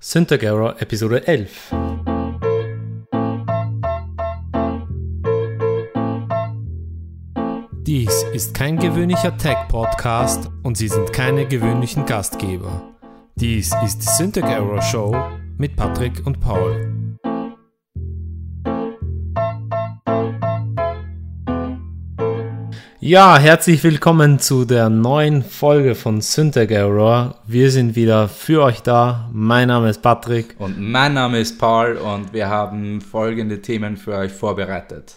Syntax Error Episode 11. Dies ist kein gewöhnlicher Tech-Podcast und Sie sind keine gewöhnlichen Gastgeber. Dies ist die Syntax Error Show mit Patrick und Paul. Ja, herzlich willkommen zu der neuen Folge von Syntax Error. Wir sind wieder für euch da. Mein Name ist Patrick. Und mein Name ist Paul und wir haben folgende Themen für euch vorbereitet.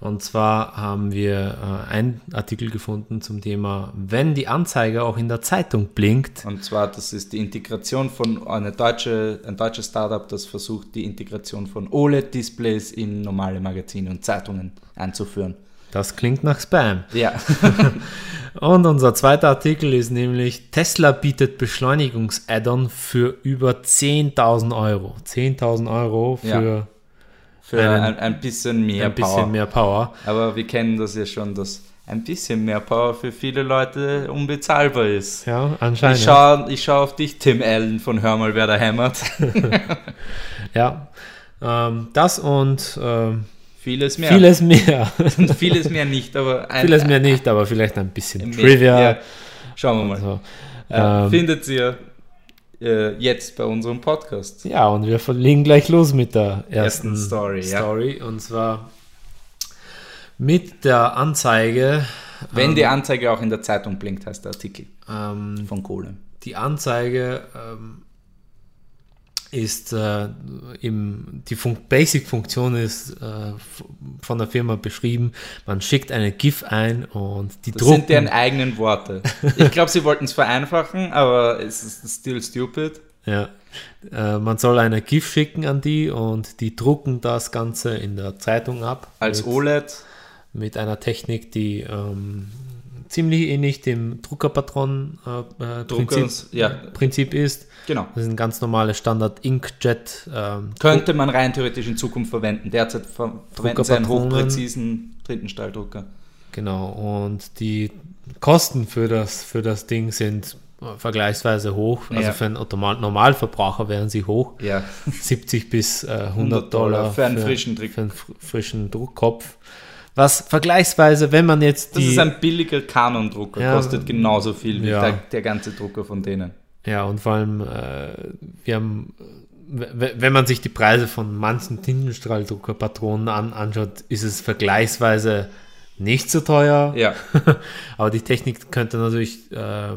Und zwar haben wir äh, einen Artikel gefunden zum Thema, wenn die Anzeige auch in der Zeitung blinkt. Und zwar, das ist die Integration von eine deutsche, ein deutsches Startup, das versucht, die Integration von OLED-Displays in normale Magazine und Zeitungen einzuführen. Das klingt nach Spam. Ja, Und unser zweiter Artikel ist nämlich, Tesla bietet Beschleunigungs-Add-on für über 10.000 Euro. 10.000 Euro für Ja. für Einen- ein, ein bisschen mehr ein bisschen Power. mehr Power. Aber wir kennen das ja schon, dass ein bisschen mehr Power für viele Leute unbezahlbar ist. Ja, anscheinend. Ich schaue ich schau auf dich, Tim Allen von Hör mal, wer da hämmert. Ja, ähm, das und ähm, Vieles mehr. vieles mehr. Vieles mehr nicht, aber ein, vieles mehr nicht, aber vielleicht ein bisschen Mehr- Trivia. ja. Schauen wir mal. So. Äh, Ähm, Findet ihr äh, jetzt bei unserem Podcast. ja, und wir legen gleich los mit der ersten, Ersten Story, ja. Story. Und zwar mit der Anzeige. Wenn die Anzeige auch in der Zeitung blinkt, heißt der Artikel Ähm, von Kohle. die Anzeige ähm, ist äh, im, die Fun Basic-Funktion ist äh, f- von der Firma beschrieben. Man schickt eine GIF ein und die Das drucken. sind deren eigenen Worte. Ich glaube, sie wollten es vereinfachen, aber es ist still stupid. Ja. Äh, man soll eine GIF schicken an die und die drucken das Ganze in der Zeitung ab. Als E mit, OLED. mit einer Technik, die ähm, ziemlich ähnlich dem Druckerpatron-Prinzip äh, Prinzip- Druckers, ja, Prinzip ist. genau. Das ist ein ganz normales Standard-Inkjet. Ähm, Könnte man rein theoretisch in Zukunft verwenden. Derzeit ver verwenden sie einen Druckerpatronen. hochpräzisen Tintenstrahldrucker. Genau, und die Kosten für das, für das Ding sind äh, vergleichsweise hoch. Also Ja. für einen Automa- Normalverbraucher wären sie hoch. Ja. 70 bis äh, 100, 100 Dollar, Dollar für einen frischen Druck- für einen fr- frischen Druckkopf. Was vergleichsweise, wenn man jetzt Das die, ist ein billiger Canon-Drucker, Ja. kostet genauso viel wie Ja. der, der ganze Drucker von denen. ja und vor allem, äh, wir haben, w- w- wenn man sich die Preise von manchen Tintenstrahldruckerpatronen an, anschaut, ist es vergleichsweise nicht so teuer. Ja, Aber die Technik könnte natürlich äh,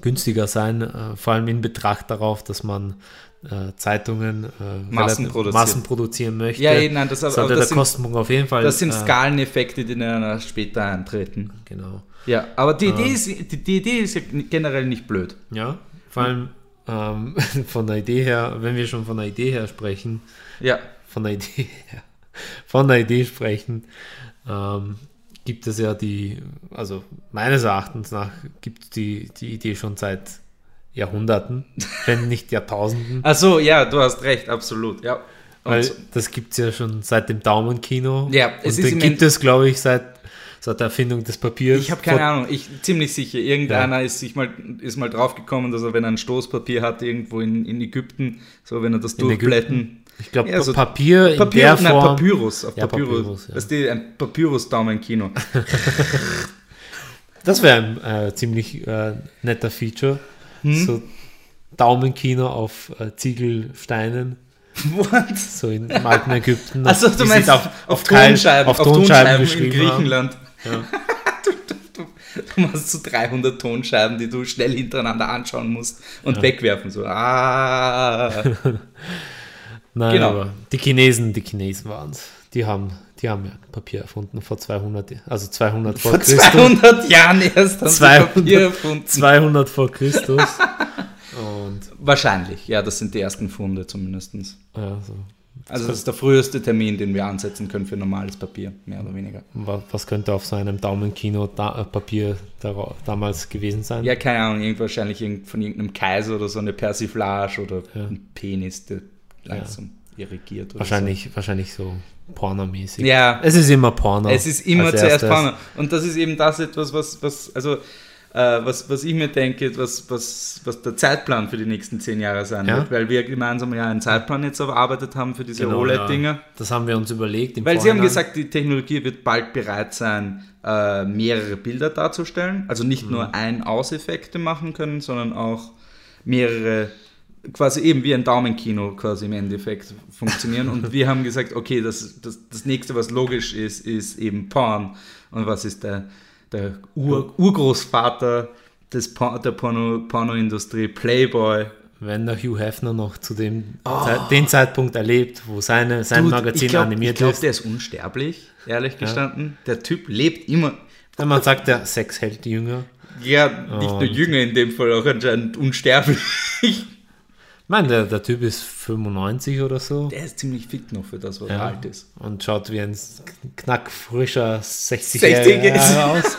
günstiger sein, äh, vor allem in Betracht darauf, dass man äh, Zeitungen äh, Massen relativ- produziert. Massen produzieren möchte. ja eh, nein, das, aber, aber sollte der das, sind, Kostenpunkt auf jeden Fall. das sind äh, Skaleneffekte, die in einer später eintreten. genau. Ja, aber die Ähm. Idee, ist, die, die Idee ist ja generell nicht blöd. Ja, vor allem ähm, von der Idee her, wenn wir schon von der Idee her sprechen, Ja, von der Idee her, von der Idee sprechen, ähm, gibt es ja die, also meines Erachtens nach gibt es die, die Idee schon seit Jahrhunderten, wenn nicht Jahrtausenden. also ja, du hast recht, absolut. Ja, Und Weil so- das gibt es ja schon seit dem Daumenkino. Ja, es und es ist den im gibt End- es, glaube ich, seit, seit der Erfindung des Papiers. ich habe keine Vor- Ahnung, ich ziemlich sicher, irgendeiner ist sich mal ist mal draufgekommen, dass er wenn er ein Stoßpapier hat irgendwo in, in Ägypten, so wenn er das In Ägypten? durchblätten. Ich glaube, Ja, so Papier in Papyrus, der nein, Form. Papyrus, auf Ja, Papyrus. Papyrus, ja. Das ist die, ein Papyrus-Daumenkino. Das wäre ein äh, ziemlich äh, netter Feature. Hm? So Daumenkino auf äh, Ziegelsteinen, What? so in im alten Ägypten. Also Die du sind meinst auf, auf, Tonscheiben, auf Tonscheiben in geschrieben. haben. Griechenland. du, du, du, du machst so 300 Tonscheiben, die du schnell hintereinander anschauen musst und wegwerfen. So, ah. Nein, Genau. aber die Chinesen, die Chinesen waren es. Die haben, die haben ja Papier erfunden vor 200, Jahren, also 200 vor, Vor Christus. 200 Jahren erst haben sie 200, Papier erfunden. 200 vor Christus. Und Wahrscheinlich, ja, das sind die ersten Funde zumindest. ja, so. Also das ist der früheste Termin, den wir ansetzen können für normales Papier, mehr oder weniger. wa- was könnte auf so einem Daumenkino da, äh, Papier dara- damals gewesen sein? Ja, keine Ahnung, irgend, wahrscheinlich irgend, von irgendeinem Kaiser oder so eine Persiflage oder ein Penis, der langsam irrigiert. Oder wahrscheinlich, wahrscheinlich so pornomäßig. So. Ja, Es ist immer Porno. Es ist immer als zuerst erstes. Porno. Und das ist eben das etwas, was, was also äh, was, was ich mir denke, was, was, was der Zeitplan für die nächsten zehn Jahre sein Ja. wird, weil wir gemeinsam ja einen Zeitplan jetzt erarbeitet haben für diese Genau, OLED-Dinger. ja. Das haben wir uns überlegt. im Weil Sie haben Vorhinein. gesagt, die Technologie wird bald bereit sein, äh, mehrere Bilder darzustellen. Also nicht Mhm. nur ein Auseffekte machen können, sondern auch mehrere, quasi eben wie ein Daumenkino quasi im Endeffekt funktionieren. Und wir haben gesagt, okay, das, das, das nächste, was logisch ist, ist eben Porn. Und was ist der, der Ur, Urgroßvater des Por der Porno, Pornoindustrie, Playboy? wenn der Hugh Hefner noch zu dem Zeit, den Zeitpunkt erlebt, wo seine, sein Ah. Dude, Magazin ich glaub, animiert Ich glaube, ist. der ist unsterblich, ehrlich gestanden. Der Typ lebt immer. Wenn man sagt, der Sex hält jünger. Ja, nicht nur Jünger in dem Fall, auch anscheinend unsterblich. Ich meine, der, der Typ ist 95 oder so Der ist ziemlich fit noch für das, was Ja. er alt ist. und schaut wie ein knackfrischer 60-Jähriger 60-Jähriger aus. ist.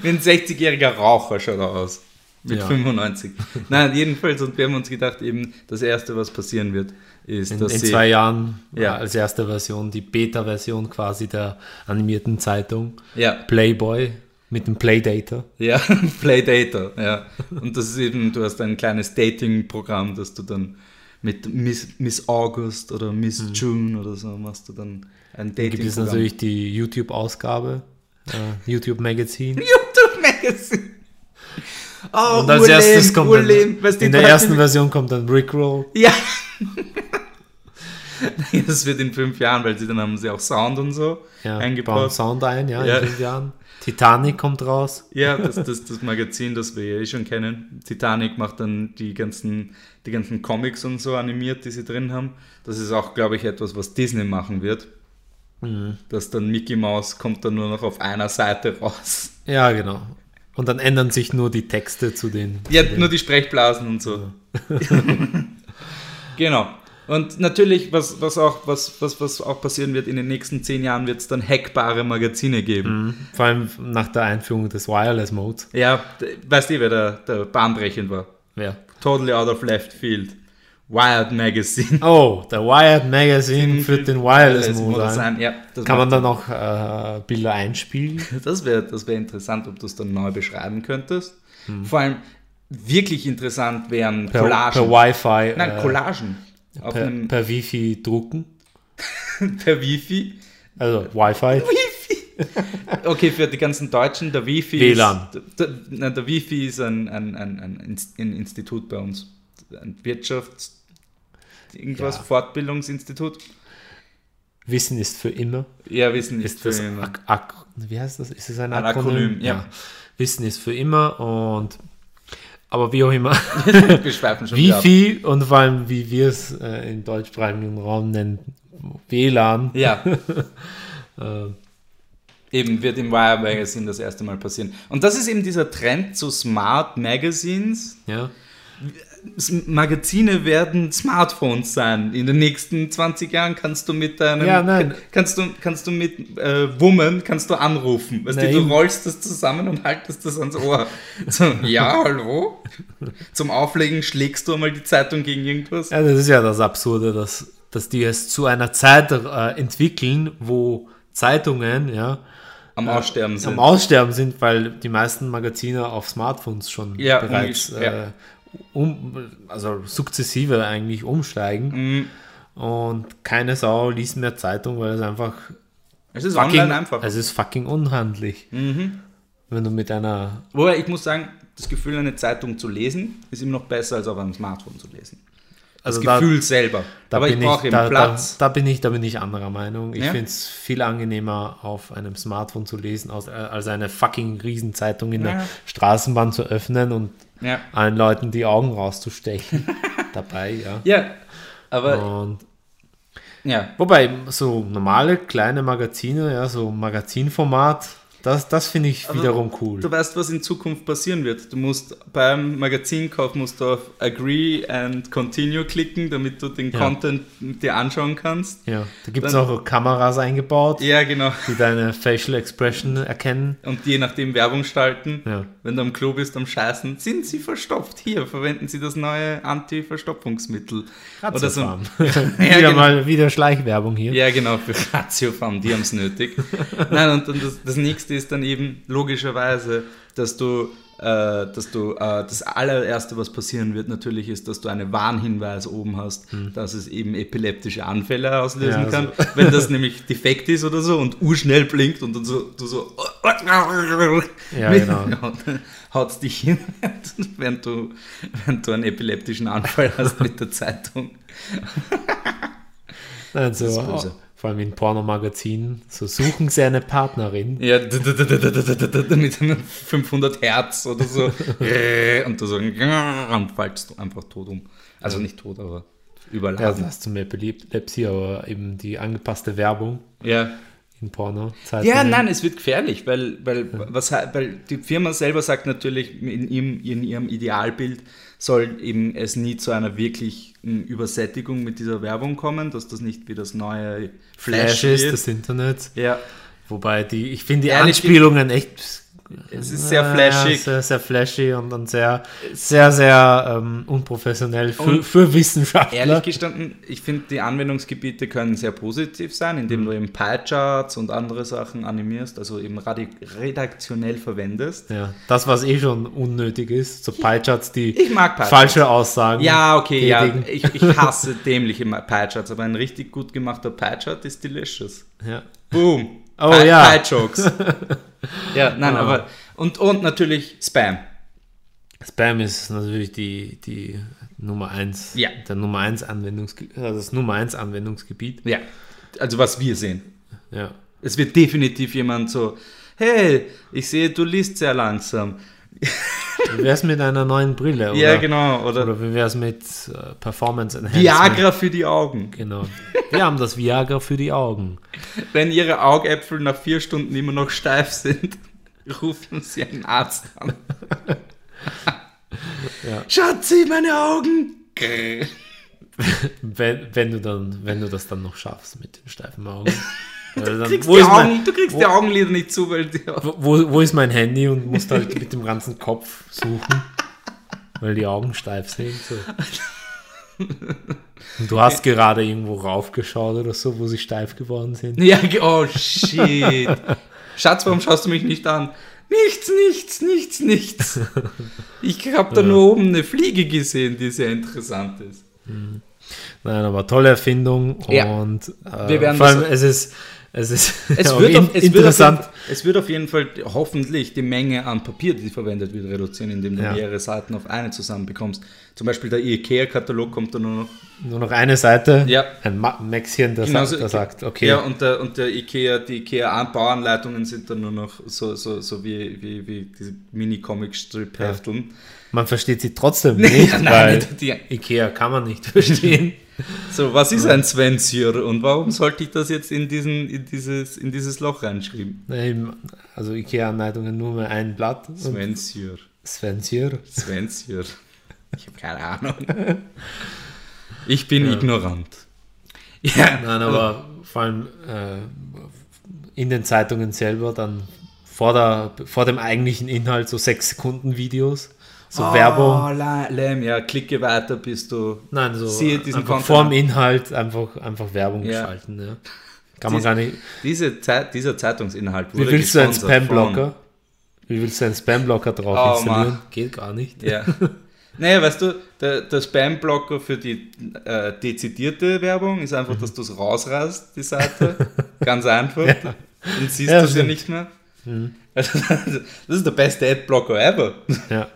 Wie ein 60-jähriger Raucher schaut er aus. Mit Ja. 95. Nein, jedenfalls, und wir haben uns gedacht, eben das Erste, was passieren wird, ist, In, dass in sie... zwei Jahren Ja. ja. als erste Version, die Beta-Version quasi der animierten Zeitung. ja, Playboy mit dem Playdater. ja, Playdater, ja. Und das ist eben, du hast ein kleines Dating-Programm, das du dann mit Miss, Miss August oder Miss Mhm. June oder so machst du dann ein Dating-Programm. Gibt es natürlich die YouTube-Ausgabe, äh, YouTube Magazine. YouTube Magazine. Oh, Und als urlame, erstes kommt dann, urlame, weißt du, in die der Leute- ersten Version kommt dann Rickroll. Ja. Das wird in fünf Jahren, weil sie dann haben sie auch Sound und so Ja, bauen eingebaut. Sound ein, ja, Ja. in fünf Jahren. Titanic kommt raus. Ja, das, das, das Magazin, das wir ja eh schon kennen. Titanic macht dann die ganzen, die ganzen Comics und so animiert, die sie drin haben. Das ist auch, glaube ich, etwas, was Disney machen wird. Dass dann Mickey Mouse kommt dann nur noch auf einer Seite raus. Ja, genau. Und dann ändern sich nur die Texte zu den. Ja, zu den nur die Sprechblasen und so. genau. Und natürlich, was, was, auch, was, was, was auch passieren wird, in den nächsten zehn Jahren wird es dann hackbare Magazine geben. vor allem nach der Einführung des Wireless Modes. Ja, d- weißt du, wer der, der bahnbrechend war? Ja. Totally out of left field. Wired Magazine. Oh, der Wired Magazine Mhm. führt den Wireless Mode ein. Ja, das, Kann man macht- dann auch äh, Bilder einspielen? das wäre das wär interessant, ob du es dann neu beschreiben könntest. Vor allem, wirklich interessant wären Mhm. Per, Collagen. per Wi-Fi, Nein, äh, Collagen. Auf per, einem, per Wi-Fi drucken. per Wifi. Also Wi-Fi. Okay, für die ganzen Deutschen, der Wifi WLAN. ist, der, der, der Wifi ist ein, ein, ein, ein, Inst- ein Institut bei uns. Ein Wirtschafts-, irgendwas, Ja. Fortbildungsinstitut. Wissen ist für immer. Ja, wissen ist, Ist das für immer. Ak Ak wie heißt das? Ist es ein Ein Akronym? Akronym, ja. Wissen ist für immer und aber wie auch immer. Wir schweifen schon wieder ab. Wifi und vor allem, wie wir es äh, im deutschsprachigen Raum nennen, WLAN. Ja, Äh, eben wird im Wire Magazine das erste Mal passieren. Und das ist eben dieser Trend zu Smart Magazines. ja. S- Magazine werden Smartphones sein. In den nächsten 20 Jahren kannst du mit deinem, Ja, nein. kannst du, kannst du mit äh, Woman kannst du anrufen. Weißt Na du, du eben. rollst das zusammen und haltest das ans Ohr. So, ja, hallo. Zum Auflegen schlägst du mal die Zeitung gegen irgendwas. ja, das ist ja das Absurde, dass, dass die es zu einer Zeit äh, entwickeln, wo Zeitungen ja, Am Aussterben sind. am Aussterben sind, weil die meisten Magazine auf Smartphones schon Ja, bereits umgesch- ja. äh, um, also sukzessive eigentlich umsteigen. Mhm. Und keine Sau liest mehr Zeitung, weil es einfach es ist fucking, online einfach. Mhm. es ist fucking unhandlich. Wenn du mit einer, Wobei ich muss sagen, das Gefühl, eine Zeitung zu lesen, ist immer noch besser, als auf einem Smartphone zu lesen. Das also Gefühl selber. da, da Aber ich bin ich, brauche eben da, Platz. Da, da bin ich, da bin ich anderer Meinung. Ich Ja? finde es viel angenehmer, auf einem Smartphone zu lesen, als, als eine fucking Riesenzeitung in Ja. der Straßenbahn zu öffnen und Ja. allen Leuten die Augen rauszustechen. dabei, ja. ja, aber Und ja, Wobei, so normale kleine Magazine, ja, so Magazinformat, das, das finde ich wiederum cool. Also, Du weißt, was in Zukunft passieren wird. Du musst beim Magazinkauf musst du auf Agree and Continue klicken, damit du den Ja. Content dir anschauen kannst. Ja, da gibt es Dann- auch Kameras eingebaut, Ja, genau. die deine Facial Expression erkennen. Und je nachdem Werbung schalten. Ja. Wenn du am Klo bist, am Scheißen, sind sie verstopft. Hier verwenden sie das neue Anti-Verstopfungsmittel. Oder so. Katzenfarm. Ja, wieder genau. mal wieder Schleichwerbung hier. Ja, genau, für Ratiofarm, die haben es nötig. Nein, und dann das, das nächste ist dann eben logischerweise, dass du äh, dass du äh, das allererste, was passieren wird, natürlich ist, dass du einen Warnhinweis oben hast, dass es eben epileptische Anfälle auslösen Hm. Ja, also. kann, wenn das nämlich defekt ist oder so und urschnell blinkt und dann so, du so Ja, genau. haut's dich hin, während du, während du einen epileptischen Anfall hast mit der Zeitung. Nein, so, ist böse. Also, vor allem in Pornomagazinen, so suchen sie eine Partnerin. Ja, d- d- d- d- d- d- d- d- d- mit einem 500 Hertz oder so. Und du so und fallst du einfach tot um. Also nicht tot, aber Ja, das überladen. ist zum Epilepsie, aber eben die angepasste Werbung Ja. Mhm. in porno -Zeitungen. Ja, nein, es wird gefährlich, weil, weil, was, weil die Firma selber sagt natürlich, in ihrem, in ihrem Idealbild soll eben es nie zu einer wirklichen Übersättigung mit dieser Werbung kommen, dass das nicht wie das neue Flash, Flash ist wird. das Internet. ja. Wobei die, ich finde die Ehrlich, Anspielungen echt. Es ist sehr äh, flashig. Sehr, sehr flashy und dann sehr, sehr, sehr ähm, unprofessionell für, Und- für Wissenschaftler. Ehrlich gestanden, ich finde, die Anwendungsgebiete können sehr positiv sein, Mhm. indem du eben Pie-Charts und andere Sachen animierst, also eben radi- redaktionell verwendest. ja, das, was eh schon unnötig ist, so Pie-Charts, die Ich mag Pie-Charts. falsche Aussagen. Ja, okay, ja, Mhm. tätigen. ich, ich hasse dämliche Ma- Pie-Charts, aber ein richtig gut gemachter Pie-Chart ist delicious. ja. Boom. Oh, Pie- ja. Pie-Jokes. ja, nein, Ah. aber, und, und natürlich Spam. Spam ist natürlich die, die Nummer 1. Ja. Der Nummer 1 Anwendungsgebiet. Also das Nummer 1 Anwendungsgebiet. Ja, also was wir sehen. Ja. Es wird definitiv jemand so, hey, ich sehe, du liest sehr langsam. Wie wär's mit einer neuen Brille? Oder, ja, genau, oder Oder ne? wie wär's mit äh, Performance Enhancement? Viagra für die Augen. Genau. Wir haben das Viagra für die Augen. Wenn ihre Augäpfel nach vier Stunden immer noch steif sind, rufen sie einen Arzt an. Ja. Schatzi, meine Augen! Grrr. Wenn, wenn, du dann, wenn du das dann noch schaffst mit den steifen Augen. Weil dann, Du kriegst, wo, die, ist Augen, mein, du kriegst die Augenlider nicht zu, weil die wo, wo ist mein Handy und musst halt mit dem ganzen Kopf suchen, weil die Augen steif sind. So. Und du hast gerade irgendwo raufgeschaut oder so, wo sie steif geworden sind. Ja, ge- oh shit. Schatz, warum schaust du mich nicht an? Nichts, nichts, nichts, nichts. Ich habe da nur oben eine Fliege gesehen, die sehr interessant ist. Nein, aber tolle Erfindung Ja. und äh, Wir werden vor allem das- es ist, es ist Es auch wird, in- auf, es, wird auf jeden, interessant. es wird auf jeden Fall hoffentlich die Menge an Papier, die verwendet wird, reduzieren, indem du Ja. mehrere Seiten auf eine zusammen bekommst. Zum Beispiel der IKEA-Katalog kommt da nur noch. Nur noch eine Seite, Ja. ein Ma Maxchen, der, Genauso- sagt, der sagt, okay, Ja, und, der, und der IKEA, die IKEA-Bauanleitungen sind dann nur noch so, so, so wie, wie, wie diese Mini-Comic-Strip-Hefteln. man versteht sie trotzdem nicht, nein, weil die- Ikea kann man nicht verstehen. So, was ist ein Svensjör und warum sollte ich das jetzt in, diesen, in, dieses, in dieses Loch reinschreiben? Nein, also Ikea-Anleitungen nur mehr ein Blatt. und Svensjör, Svensir. Svensjör. Ich habe keine Ahnung. Ich bin ignorant. Ja, Nein, Also- aber vor allem äh, in den Zeitungen selber dann vor, der, vor dem eigentlichen Inhalt so sechs Sekunden Videos, so Werbung. Oh, la- lame, ja, klicke weiter, bis du. Nein, so Siehe diesen einfach Content vor dem an. Inhalt einfach, einfach Werbung Ja. geschalten. Ja. Kann man Dies- gar nicht. Diese Zeit, dieser Zeitungsinhalt Wie wurde willst du einen gesponsert von- Spamblocker? Wie willst du einen Spamblocker drauf Oh, installieren? Mann. Geht gar nicht. Ja. Naja, weißt du, der, der Spam-Blocker für die äh, dezidierte Werbung ist einfach, Mhm. dass du es rausreißt, die Seite. Ganz einfach. Dann siehst Ja, du es stimmt. ja Mhm. nicht mehr. Also, das ist der beste Ad-Blocker ever. Ja.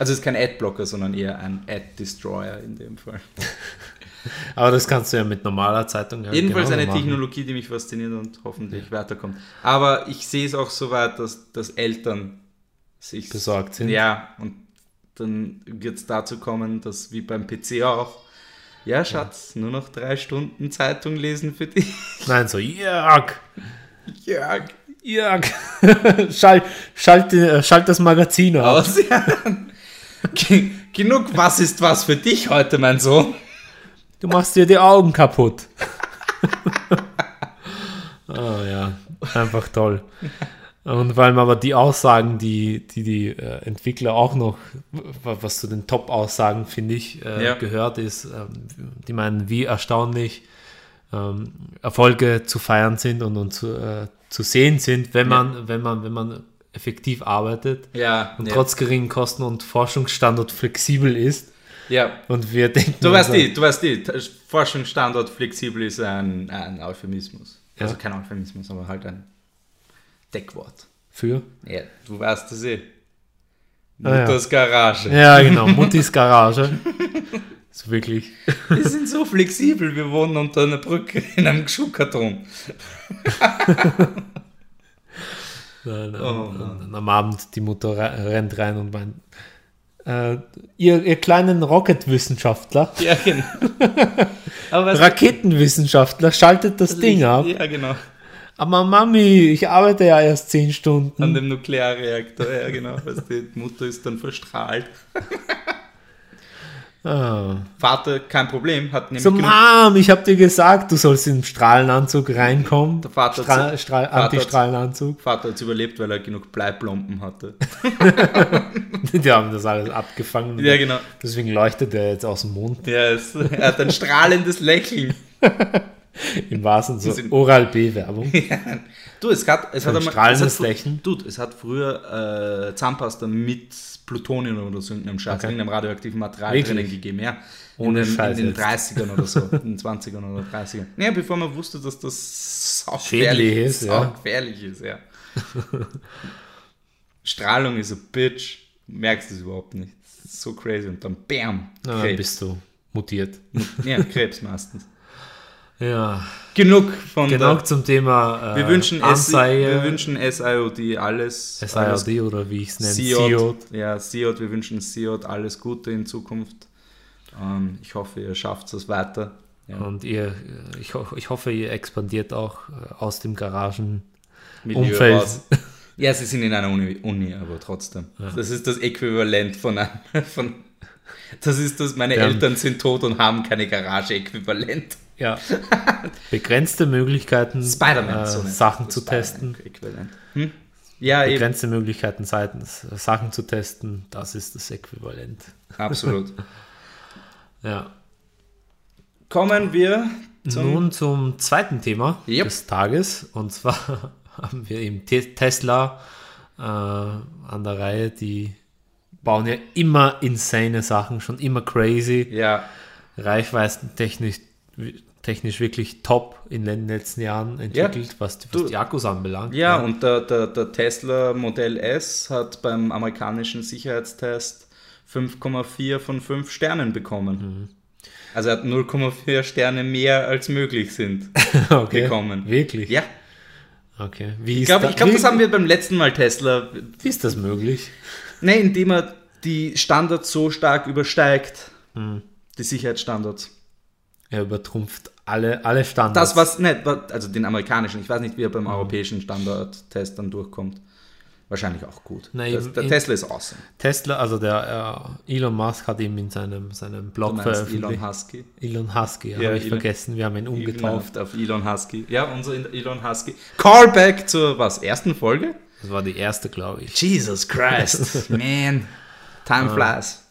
Also es ist kein Ad-Blocker, sondern eher ein Ad-Destroyer in dem Fall. Aber das kannst du ja mit normaler Zeitung. Ja Jedenfalls genauso eine genau, machen. Technologie, die mich fasziniert und hoffentlich weiterkommt. Aber ich sehe es auch so weit, dass, dass Eltern sich Besorgt sind. Ja, und dann wird es dazu kommen, dass wie beim PC auch, ja, Schatz, nur noch drei Stunden Zeitung lesen für dich. Nein, so Jörg, Ja, Jörg, schalt, schalt, äh, schalt das Magazin aus. aus. Ja. Ge- Genug, was ist was für dich heute, mein Sohn? Du machst dir die Augen kaputt. oh ja, einfach toll. Und vor allem aber die Aussagen, die die, die äh, Entwickler auch noch, wa- was zu den Top-Aussagen, finde ich, äh, Ja. gehört ist, ähm, die meinen, wie erstaunlich ähm, Erfolge zu feiern sind und, und zu, äh, zu sehen sind, wenn man, wenn man, wenn man effektiv arbeitet Ja. und ja. trotz geringen Kosten und Forschungsstandort flexibel ist. ja. Und wir denken. also Du weißt uns die, du weißt die, T- Forschungsstandort flexibel ist ein, ein Euphemismus. Also kein Euphemismus, aber halt ein Deckwort. Für? Ja, du weißt es eh. Ah, ja. Mutters Garage. Ja, genau. Muttis Garage. So wirklich. Wir sind so flexibel, wir wohnen unter einer Brücke in einem Schuhkarton. Nein, nein, Oh, nein. am Abend die Mutter re rennt rein und meint, äh, ihr, ihr kleinen Rocket-Wissenschaftler, Ja, genau. Aber was Raketenwissenschaftler, schaltet das Ding ab. Ja, genau. Aber Mami, ich arbeite ja erst zehn Stunden. An dem Nuklearreaktor, ja, genau. Weißt du, die Mutter ist dann verstrahlt. Ah. Vater, kein Problem, hat nämlich So, genug- Mom, ich hab dir gesagt, du sollst im Strahlenanzug reinkommen. Der Vater hat Stra so- Strahl Vater hat- Antistrahlenanzug. Vater hat's überlebt, weil er genug Bleiplomben hatte. Die haben das alles abgefangen. Ja, genau. Deswegen leuchtet er jetzt aus dem Mond Der ist, er hat ein strahlendes Lächeln. im wahrsten Sinne. Sinn. Oral-B-Werbung. Du, es hat, es hat Ein einmal- strahlendes es hat, Lächeln. Dude, es hat früher äh, Zahnpasta mit Plutonium oder so irgendeinem Scheiß, irgendeinem radioaktiven Material Wirklich? drinnen gegeben, ja. Ohne in, den- Scheiß In den jetzt. 30ern oder so, in den 20ern oder 30ern. Ja, bevor man wusste, dass das auch Schädlich gefährlich ist, ja. Auch gefährlich ist, ja. Strahlung ist a bitch. Du merkst es überhaupt nicht. Das ist so crazy. Und dann bam, Ah, Krebs. bist du mutiert. ja, Krebs meistens. Ja, Genug von genau der... zum Thema äh, Wir wünschen, S, Anzeige, wir wünschen SIOD alles, alles SIOD oder wie ich es nenne, Siot. SIOD. Ja, Siot, wir wünschen Siot alles Gute in Zukunft. Ähm, ich hoffe, ihr schafft es weiter. Ja, Und ihr, äh, ich, ho- ich hoffe, ihr expandiert auch äh, aus dem Garagenumfeld. Milieu raus. Ja, sie sind in einer Uni, Uni aber trotzdem. Das ist das Äquivalent von einem. Von, das ist das, meine Ja. Eltern sind tot und haben keine Garage-Äquivalent. Ja. Begrenzte Möglichkeiten, Spider-Man. äh, so nennt Sachen das zu testen. Spider-Man-Äquivalent. Hm? Ja, eben. Begrenzte Möglichkeiten, Seiten, äh, Sachen zu testen, das ist das Äquivalent. Absolut. Ja. Kommen wir zum. Nun zum zweiten Thema Yep. des Tages. Und zwar haben wir eben Te- Tesla äh, an der Reihe, die bauen ja immer insane Sachen, schon immer crazy. Ja, Reichweitentechnisch technisch wirklich top in den letzten Jahren entwickelt, was, die- was Du- die Akkus anbelangt. ne? Ja, und der, der, der Tesla Modell S hat beim amerikanischen Sicherheitstest 5,4 von 5 Sternen bekommen. Also er hat 0,4 Sterne mehr als möglich sind. okay. gekommen. Wirklich? Ja, Okay. Wie ist, ich glaube, da- ich glaub, das wie, haben wir beim letzten Mal Tesla. wie ist das möglich? Ne, indem er die Standards so stark übersteigt. Die Sicherheitsstandards. Er übertrumpft alle, alle Standards. Das, Mhm. was, ne, wa- also den amerikanischen, ich weiß nicht, wie er beim europäischen Standardtest dann durchkommt. Wahrscheinlich auch gut. Na, das, eben- der eben- Tesla ist awesome. Tesla, also der äh, Elon Musk hat eben in seinem, seinem Du Blog meinst veröffentlicht. Elon Elon, Husky? Husky, Ja, habe ich Elon- vergessen, wir haben ihn umgetauft. Getauft auf Elon Husky. Ja, unser Elon Genau. Husky. Callback zur was? Ersten Folge? Das war die erste, glaube ich. Jesus Christ, man. Time flies.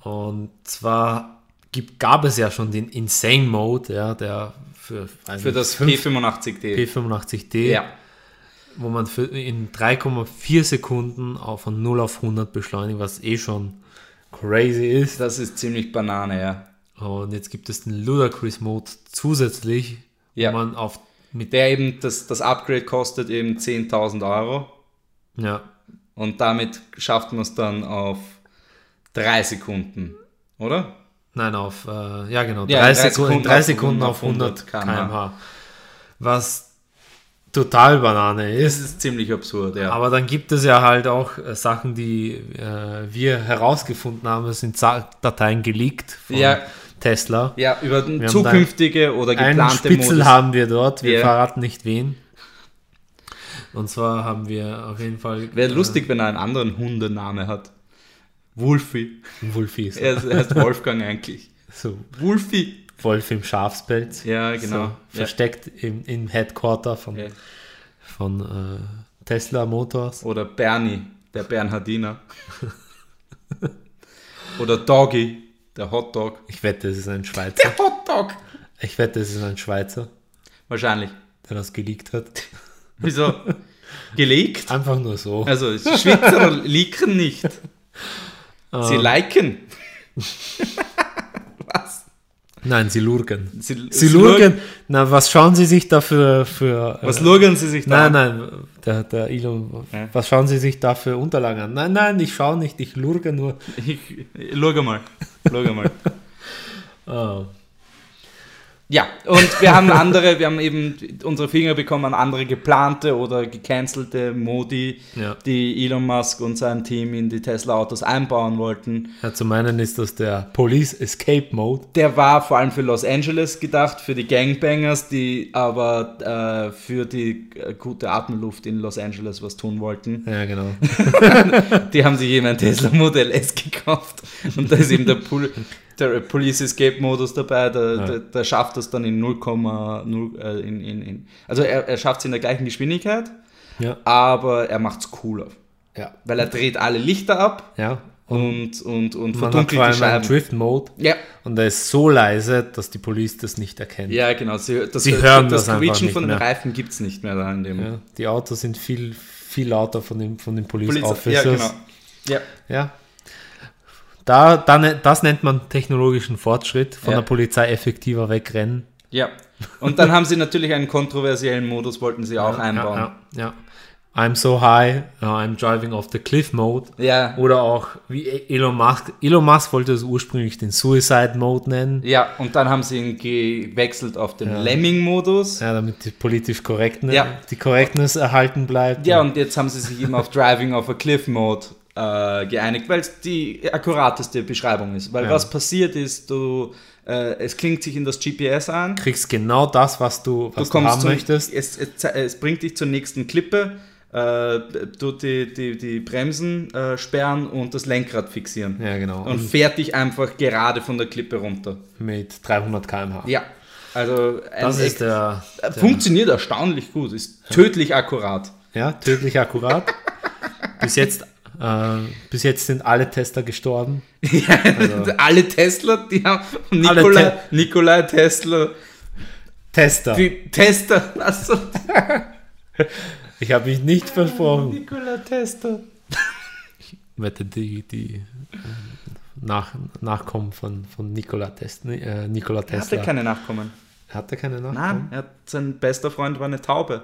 Und zwar gibt, gab es ja schon den Insane Mode, ja, der für, weiß Für nicht, das fünf- P85D. P85D, Ja. wo man für, in 3,4 Sekunden auf, von 0 auf 100 beschleunigt, was eh schon crazy ist. Das ist ziemlich Banane, ja. Und jetzt gibt es den Ludacris Mode zusätzlich, Ja. wo man auf mit Der eben, das, das Upgrade kostet eben 10.000 Euro ja, und damit schafft man es dann auf drei Sekunden, oder? Nein, auf, äh, ja genau, Ja, drei in drei Sekunden, Sekunden drei auf Sekunden auf 100 100 km/h. km/h. Was total Banane Das ist. ist ziemlich absurd, ja. Aber dann gibt es ja halt auch äh, Sachen, die äh, wir herausgefunden haben. Es sind Sa- Dateien geleakt von Ja. Tesla. ja, über da zukünftige oder Einen geplante Spitzel haben wir dort, wir Ja. verraten nicht wen. Und zwar haben wir auf jeden Fall Wäre lustig, wenn er einen anderen Hundename hat. Wolfie. äh, Wolfi. ist- Er heißt Wolfgang eigentlich. So, Wolfie. Wolf im Schafspelz. Ja, genau. Ja. Versteckt im, im Headquarter von, Ja. von äh, Tesla Motors. Oder Bernie, der Bernhardiner. Oder Doggy, der Hotdog. Ich wette, es ist ein Schweizer. Der Hotdog! Ich wette, es ist ein Schweizer, Wahrscheinlich. der das geleakt hat. Wieso? Gelegt? Einfach nur so. Also Schwitzer liken nicht. Sie liken. Was? Nein, sie lurken. Sie, Sie lurken. Na, was schauen Sie sich da für. für äh, Was lurgen Sie sich da? Nein, nein, der, der Elon, Ja. was schauen Sie sich da für Unterlagen an? Nein, nein, ich schaue nicht, ich lurke nur. Ich, lurge mal. Lurge mal. Ah, Ja, und wir haben andere, wir haben eben unsere Finger bekommen an andere geplante oder gecancelte Modi, ja. die Elon Musk und sein Team in die Tesla-Autos einbauen wollten. ja, zu meinen ist das der Police Escape Mode. Der war vor allem für Los Angeles gedacht, für die Gangbangers, die aber äh, für die äh, gute Atemluft in Los Angeles was tun wollten. Ja, genau. Die haben sich eben ein Tesla Modell S gekauft und da ist eben der, Pol der Police Escape Modus dabei, der, der, der schafft das dann in 0,0, äh, in, in, in, also er, er schafft es in der gleichen Geschwindigkeit, Ja, aber er macht's cooler, ja. weil er dreht alle Lichter ab ja. und, und, Man und hat verdunkelt vor die allem einen Scheiben. Drift Mode Ja, und der ist so leise, dass die Police das nicht erkennt. ja, genau. Sie, das, Sie hören das einfach Quietschen nicht von den mehr. Reifen gibt's nicht mehr da in dem Ja, die Autos sind viel, viel lauter von den, von den Police, Police- Officers. Ja, genau. Ja. Ja. Da, da, ne- das nennt man technologischen Fortschritt, von Ja. der Polizei effektiver wegrennen. ja. Und dann haben sie natürlich einen kontroversiellen Modus, wollten sie auch einbauen. Ja, ja, ja. I'm so high, uh, I'm driving off the cliff mode. Ja. Oder auch wie E- Elon Musk. Elon Musk wollte es ursprünglich den Suicide Mode nennen. Ja, Ja, und dann haben sie ihn gewechselt auf den Lemming-Modus. Ja. damit die politisch korrekten, Ja. die Correctness erhalten bleibt. und jetzt haben sie sich eben auf Driving auf a Cliff Mode äh, geeinigt, weil es die akkurateste Beschreibung ist. Weil Ja. was passiert ist, du, äh, es klingt sich in das GPS an, Du kriegst genau das, was du, was du du, kommst haben zu, möchtest. Es, es, es bringt dich zur nächsten Klippe, äh, du die, die, die Bremsen äh, sperren und das Lenkrad fixieren. Ja, genau. Und fährt dich einfach gerade von der Klippe runter. mit 300 km/h. Ja. Also ein Das ist echt- der, Äh, Funktioniert erstaunlich gut, ist tödlich akkurat. Ja, tödlich akkurat. bis, jetzt, äh, bis jetzt sind alle Tester gestorben. Alle Tesla, die haben Alle Nikolai, Nikolai Tesla, Tester. die Tester, also Ich habe mich nicht Oh. versprochen. Nikolai Tester. Wette, die, die äh, Nach Nachkommen von, von Nikola, Tes äh, Nikola Er Tesla. hatte keine Nachkommen. Hat er keine Nachkommen? Nein, er hat, sein bester Freund war eine Taube.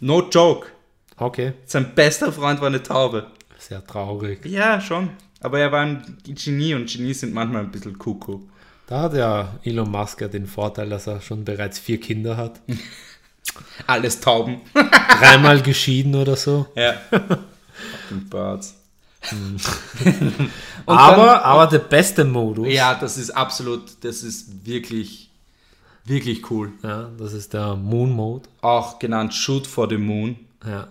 No joke. Okay, Sein bester Freund war eine Taube. sehr traurig. Ja, schon. Aber er war ein Genie und Genies sind manchmal ein bisschen Kuckuck. Da hat ja Elon Musk ja den Vorteil, dass er schon bereits vier Kinder hat. Alles Tauben. Dreimal geschieden oder so. Ja. Fucking Birds. Und aber, aber der beste Modus, Ja, das ist absolut, das ist wirklich, wirklich cool. ja, das ist der Moon Mode. Auch genannt Shoot for the Moon. Ja.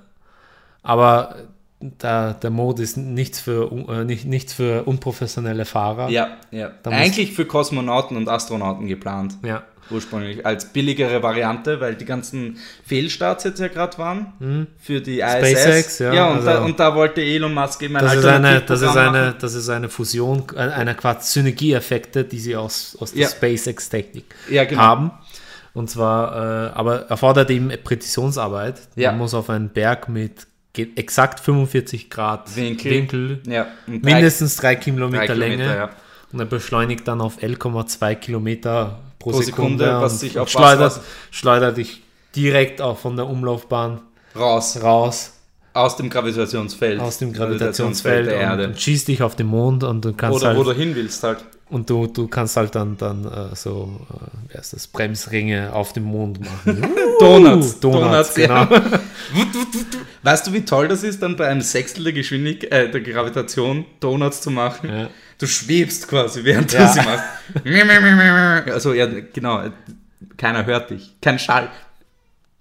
Aber da, der Mode ist nichts für, un- äh, nicht, nichts für unprofessionelle Fahrer. Ja, ja. Da muss- Eigentlich für Kosmonauten und Astronauten geplant. Ja. Ursprünglich als billigere Variante, weil die ganzen Fehlstarts jetzt ja gerade waren für die ISS. Mhm. SpaceX, ja, und, also- da, und da wollte Elon Musk eben ein Das ist, eine, das, ist Alternativprogramm eine, machen. das ist eine Fusion, äh, einer quasi Synergieeffekte, die sie aus, aus der Ja. SpaceX-Technik Ja, genau. haben. Und zwar, äh, aber erfordert eben Präzisionsarbeit. Ja. Man muss auf einen Berg mit ge- exakt 45 Grad Winkel. Ja, und drei- mindestens drei Kilometer drei Kilometer, Länge. ja. Und er beschleunigt dann auf 11,2 Kilometer pro, Pro Sekunde, Sekunde, was und sich auf schleudert, was- schleudert dich direkt auch von der Umlaufbahn raus raus aus dem Gravitationsfeld. aus dem Gravitationsfeld Gravitationsfeld und, und schießt dich auf den Mond und du kannst Oder halt, wo du hin willst halt. und du, du kannst halt dann, dann äh, so äh, wie heißt das, Bremsringe auf dem Mond machen. Donuts, Donuts. Donuts ja. genau. Wut, wut, wut, wut. Weißt du, wie toll das ist, dann bei einem Sechstel der Geschwindigkeit, äh, der Gravitation Donuts zu machen? Ja. Du schwebst quasi, während du Ja. sie machst. Miau, miau, miau, miau, miau. Also, ja, genau. Keiner hört dich. Kein Schall.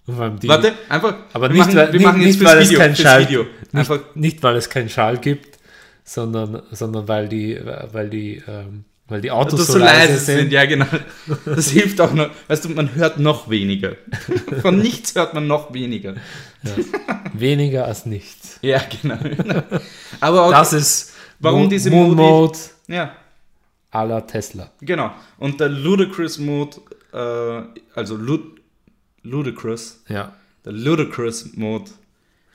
Und vor allem die- Warte, einfach. Mhm. Aber wir nicht, machen, weil, wir nicht, machen jetzt nicht, weil fürs es Video. keinen fürs Schall, Video. Einfach, Nicht, nicht, weil es keinen Schall gibt, sondern, sondern weil die, weil die, ähm, weil die Autos dass so leise sind. Ja, genau. Das hilft auch noch. Weißt du, man hört noch weniger. Von nichts hört man noch weniger. Weniger als nichts. Ja, genau. Aber Das ist Warum Mo- diese Moon Modi- Mode ja. à la Tesla. Genau. Und der Ludicrous Mode, äh, also Lu Ludicrous, Ja. der Ludicrous Mode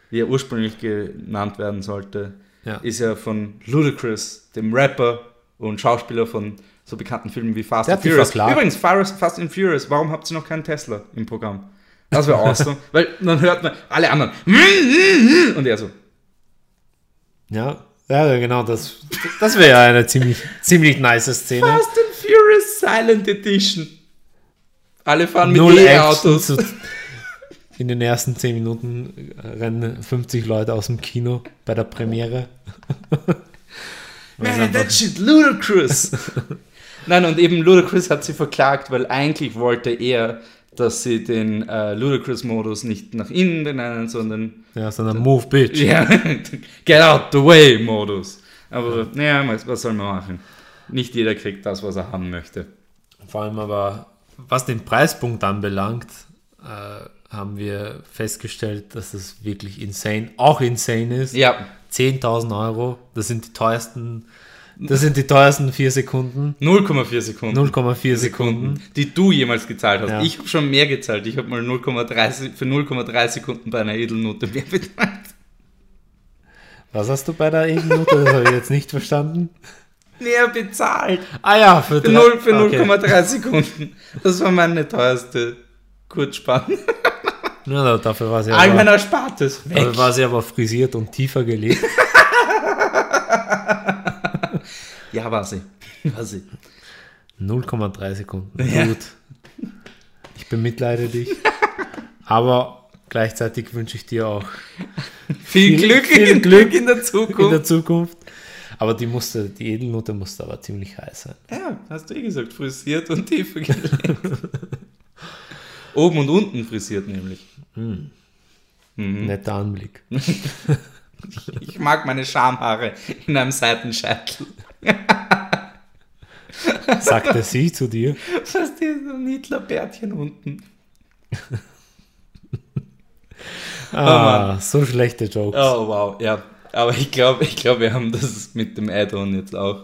wie er ursprünglich genannt werden sollte, Ja. ist ja von Ludacris, dem Rapper und Schauspieler von so bekannten Filmen wie Fast Der and hat die Furious. verklagt. Übrigens, Fast Fast and Furious, warum habt ihr noch keinen Tesla im Programm? Das wäre awesome, weil dann hört man alle anderen und er so. Ja, ja genau, das, das wäre ja eine ziemlich, ziemlich nice Szene. Fast and Furious Silent Edition. Alle fahren mit Null Action E-Autos. zu, In den ersten 10 Minuten rennen 50 Leute aus dem Kino bei der Premiere. Man, that shit ludicrous. Nein, und eben Ludacris hat sie verklagt, weil eigentlich wollte er, dass sie den äh, Ludacris-Modus nicht nach innen benennen, sondern Ja, sondern Move Bitch. ja, Get out the way-Modus. Aber naja, was, was soll man machen? Nicht jeder kriegt das, was er haben möchte. Vor allem aber, was den Preispunkt anbelangt, äh, haben wir festgestellt, dass es wirklich insane, auch insane ist. Ja, 10.000 Euro, das sind die teuersten, das sind die teuersten 4 Sekunden, 0,4 Sekunden. 0,4 Sekunden. Sekunden, die du jemals gezahlt hast. Ja. Ich habe schon mehr gezahlt. Ich habe mal 0,3 Se- für 0,3 Sekunden bei einer Edelnote mehr bezahlt. Was hast du bei der Ebennote? Das habe ich jetzt nicht verstanden. Mehr bezahlt. Ah ja, für, drei- 0 für okay. 0,3 Sekunden. Das war meine teuerste Kurzspanne. Ja, da- dafür war sie, All mein aber, Erspartes weg. dafür war sie aber frisiert und tiefer gelegt. Ja, war sie. War sie. 0,3 Sekunden. Ja. Gut. Ich bemitleide dich. Aber gleichzeitig wünsche ich dir auch Viel, Viel- Glück, viel in, Glück in der Zukunft. in der Zukunft. Aber die musste, die Edelnote musste aber ziemlich heiß sein. ja, hast du eh gesagt, frisiert und tiefer gelegt. Oben und unten frisiert nämlich. Mhm. Netter Anblick. Ich mag meine Schamhaare in einem Seitenscheitel. Sagte sie zu dir. Was ist das Niedlerbärtchen unten? Ah, so schlechte Jokes. Oh, wow, Oh ja. Aber ich glaube, ich glaub, wir haben das mit dem Add-on jetzt auch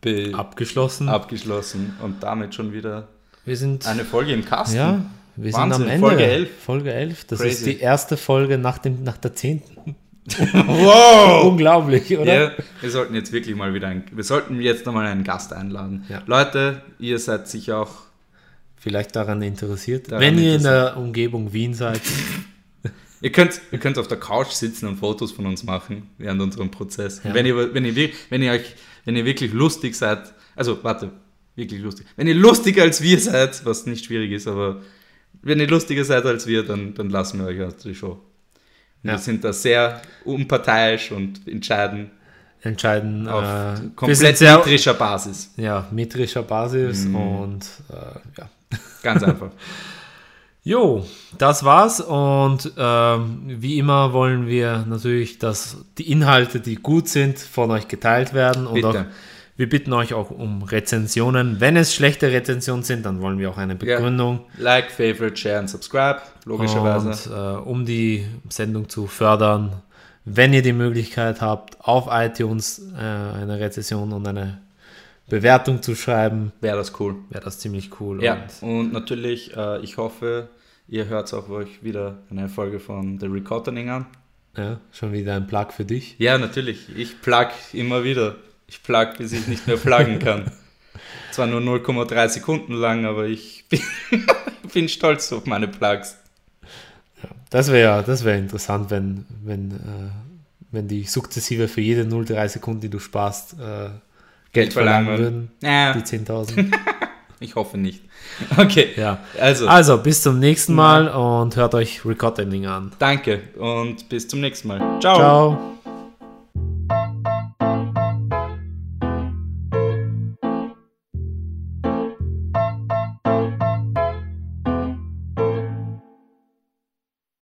be- Abgeschlossen. abgeschlossen und damit schon wieder Wir sind eine Folge im Kasten. Ja, wir sind Wahnsinn, am Ende. Folge 11. Folge 11. Das ist Crazy. die erste Folge nach, dem, nach der 10. Um, Wow! Unglaublich, oder? Oh. Ja, wir sollten jetzt wirklich mal wieder einen, wir sollten jetzt nochmal einen Gast einladen. Ja. Leute, ihr seid sicher auch, Vielleicht daran interessiert. Daran Wenn ihr in der Umgebung Wien seid, ihr könnt, ihr könnt auf der Couch sitzen und Fotos von uns machen während unserem Prozess. Ja. Wenn, ihr, wenn, ihr, wir- wenn, ihr euch, wenn ihr wirklich lustig seid, also warte, wirklich lustig. Wenn ihr lustiger als wir seid, was nicht schwierig ist, aber wenn ihr lustiger seid als wir, dann, dann lassen wir euch aus der Show. Ja. Wir sind da sehr unparteiisch und entscheiden entscheiden auf äh, wir sind komplett Mhm. sehr- metrischer Basis. Ja, metrischer Basis und äh, ja. Ganz einfach. Jo, das war's und ähm, wie immer wollen wir natürlich, dass die Inhalte, die gut sind, von euch geteilt werden und Bitte. auch, wir bitten euch auch um Rezensionen. Wenn es schlechte Rezensionen sind, dann wollen wir auch eine Ja. Begründung. Like, Favorite, Share und Subscribe, logischerweise. Und äh, um die Sendung zu fördern, wenn ihr die Möglichkeit habt, auf iTunes äh, eine Rezession und eine Bewertung zu schreiben, Wäre das cool. wäre das ziemlich cool. Ja, und natürlich, äh, ich hoffe, ihr hört auch euch wieder eine Folge von The Recording an. Und, ja, schon wieder ein Plug für dich. Ja, natürlich. Ich plug immer wieder. Ich plug, bis ich nicht mehr pluggen kann. Zwar nur 0,3 Sekunden lang, aber ich bin, bin stolz auf meine Plugs. Das wäre ja, das wäre interessant, wenn, wenn, äh, wenn die sukzessive für jede 0,3 Sekunden, die du sparst, äh, Geld verlangen würden. Die Ja, 10.000. Äh, ich hoffe nicht. Okay, ja. also, Also, bis zum nächsten Mal und hört euch Recording an. danke und bis zum nächsten Mal. Ciao. Ciao.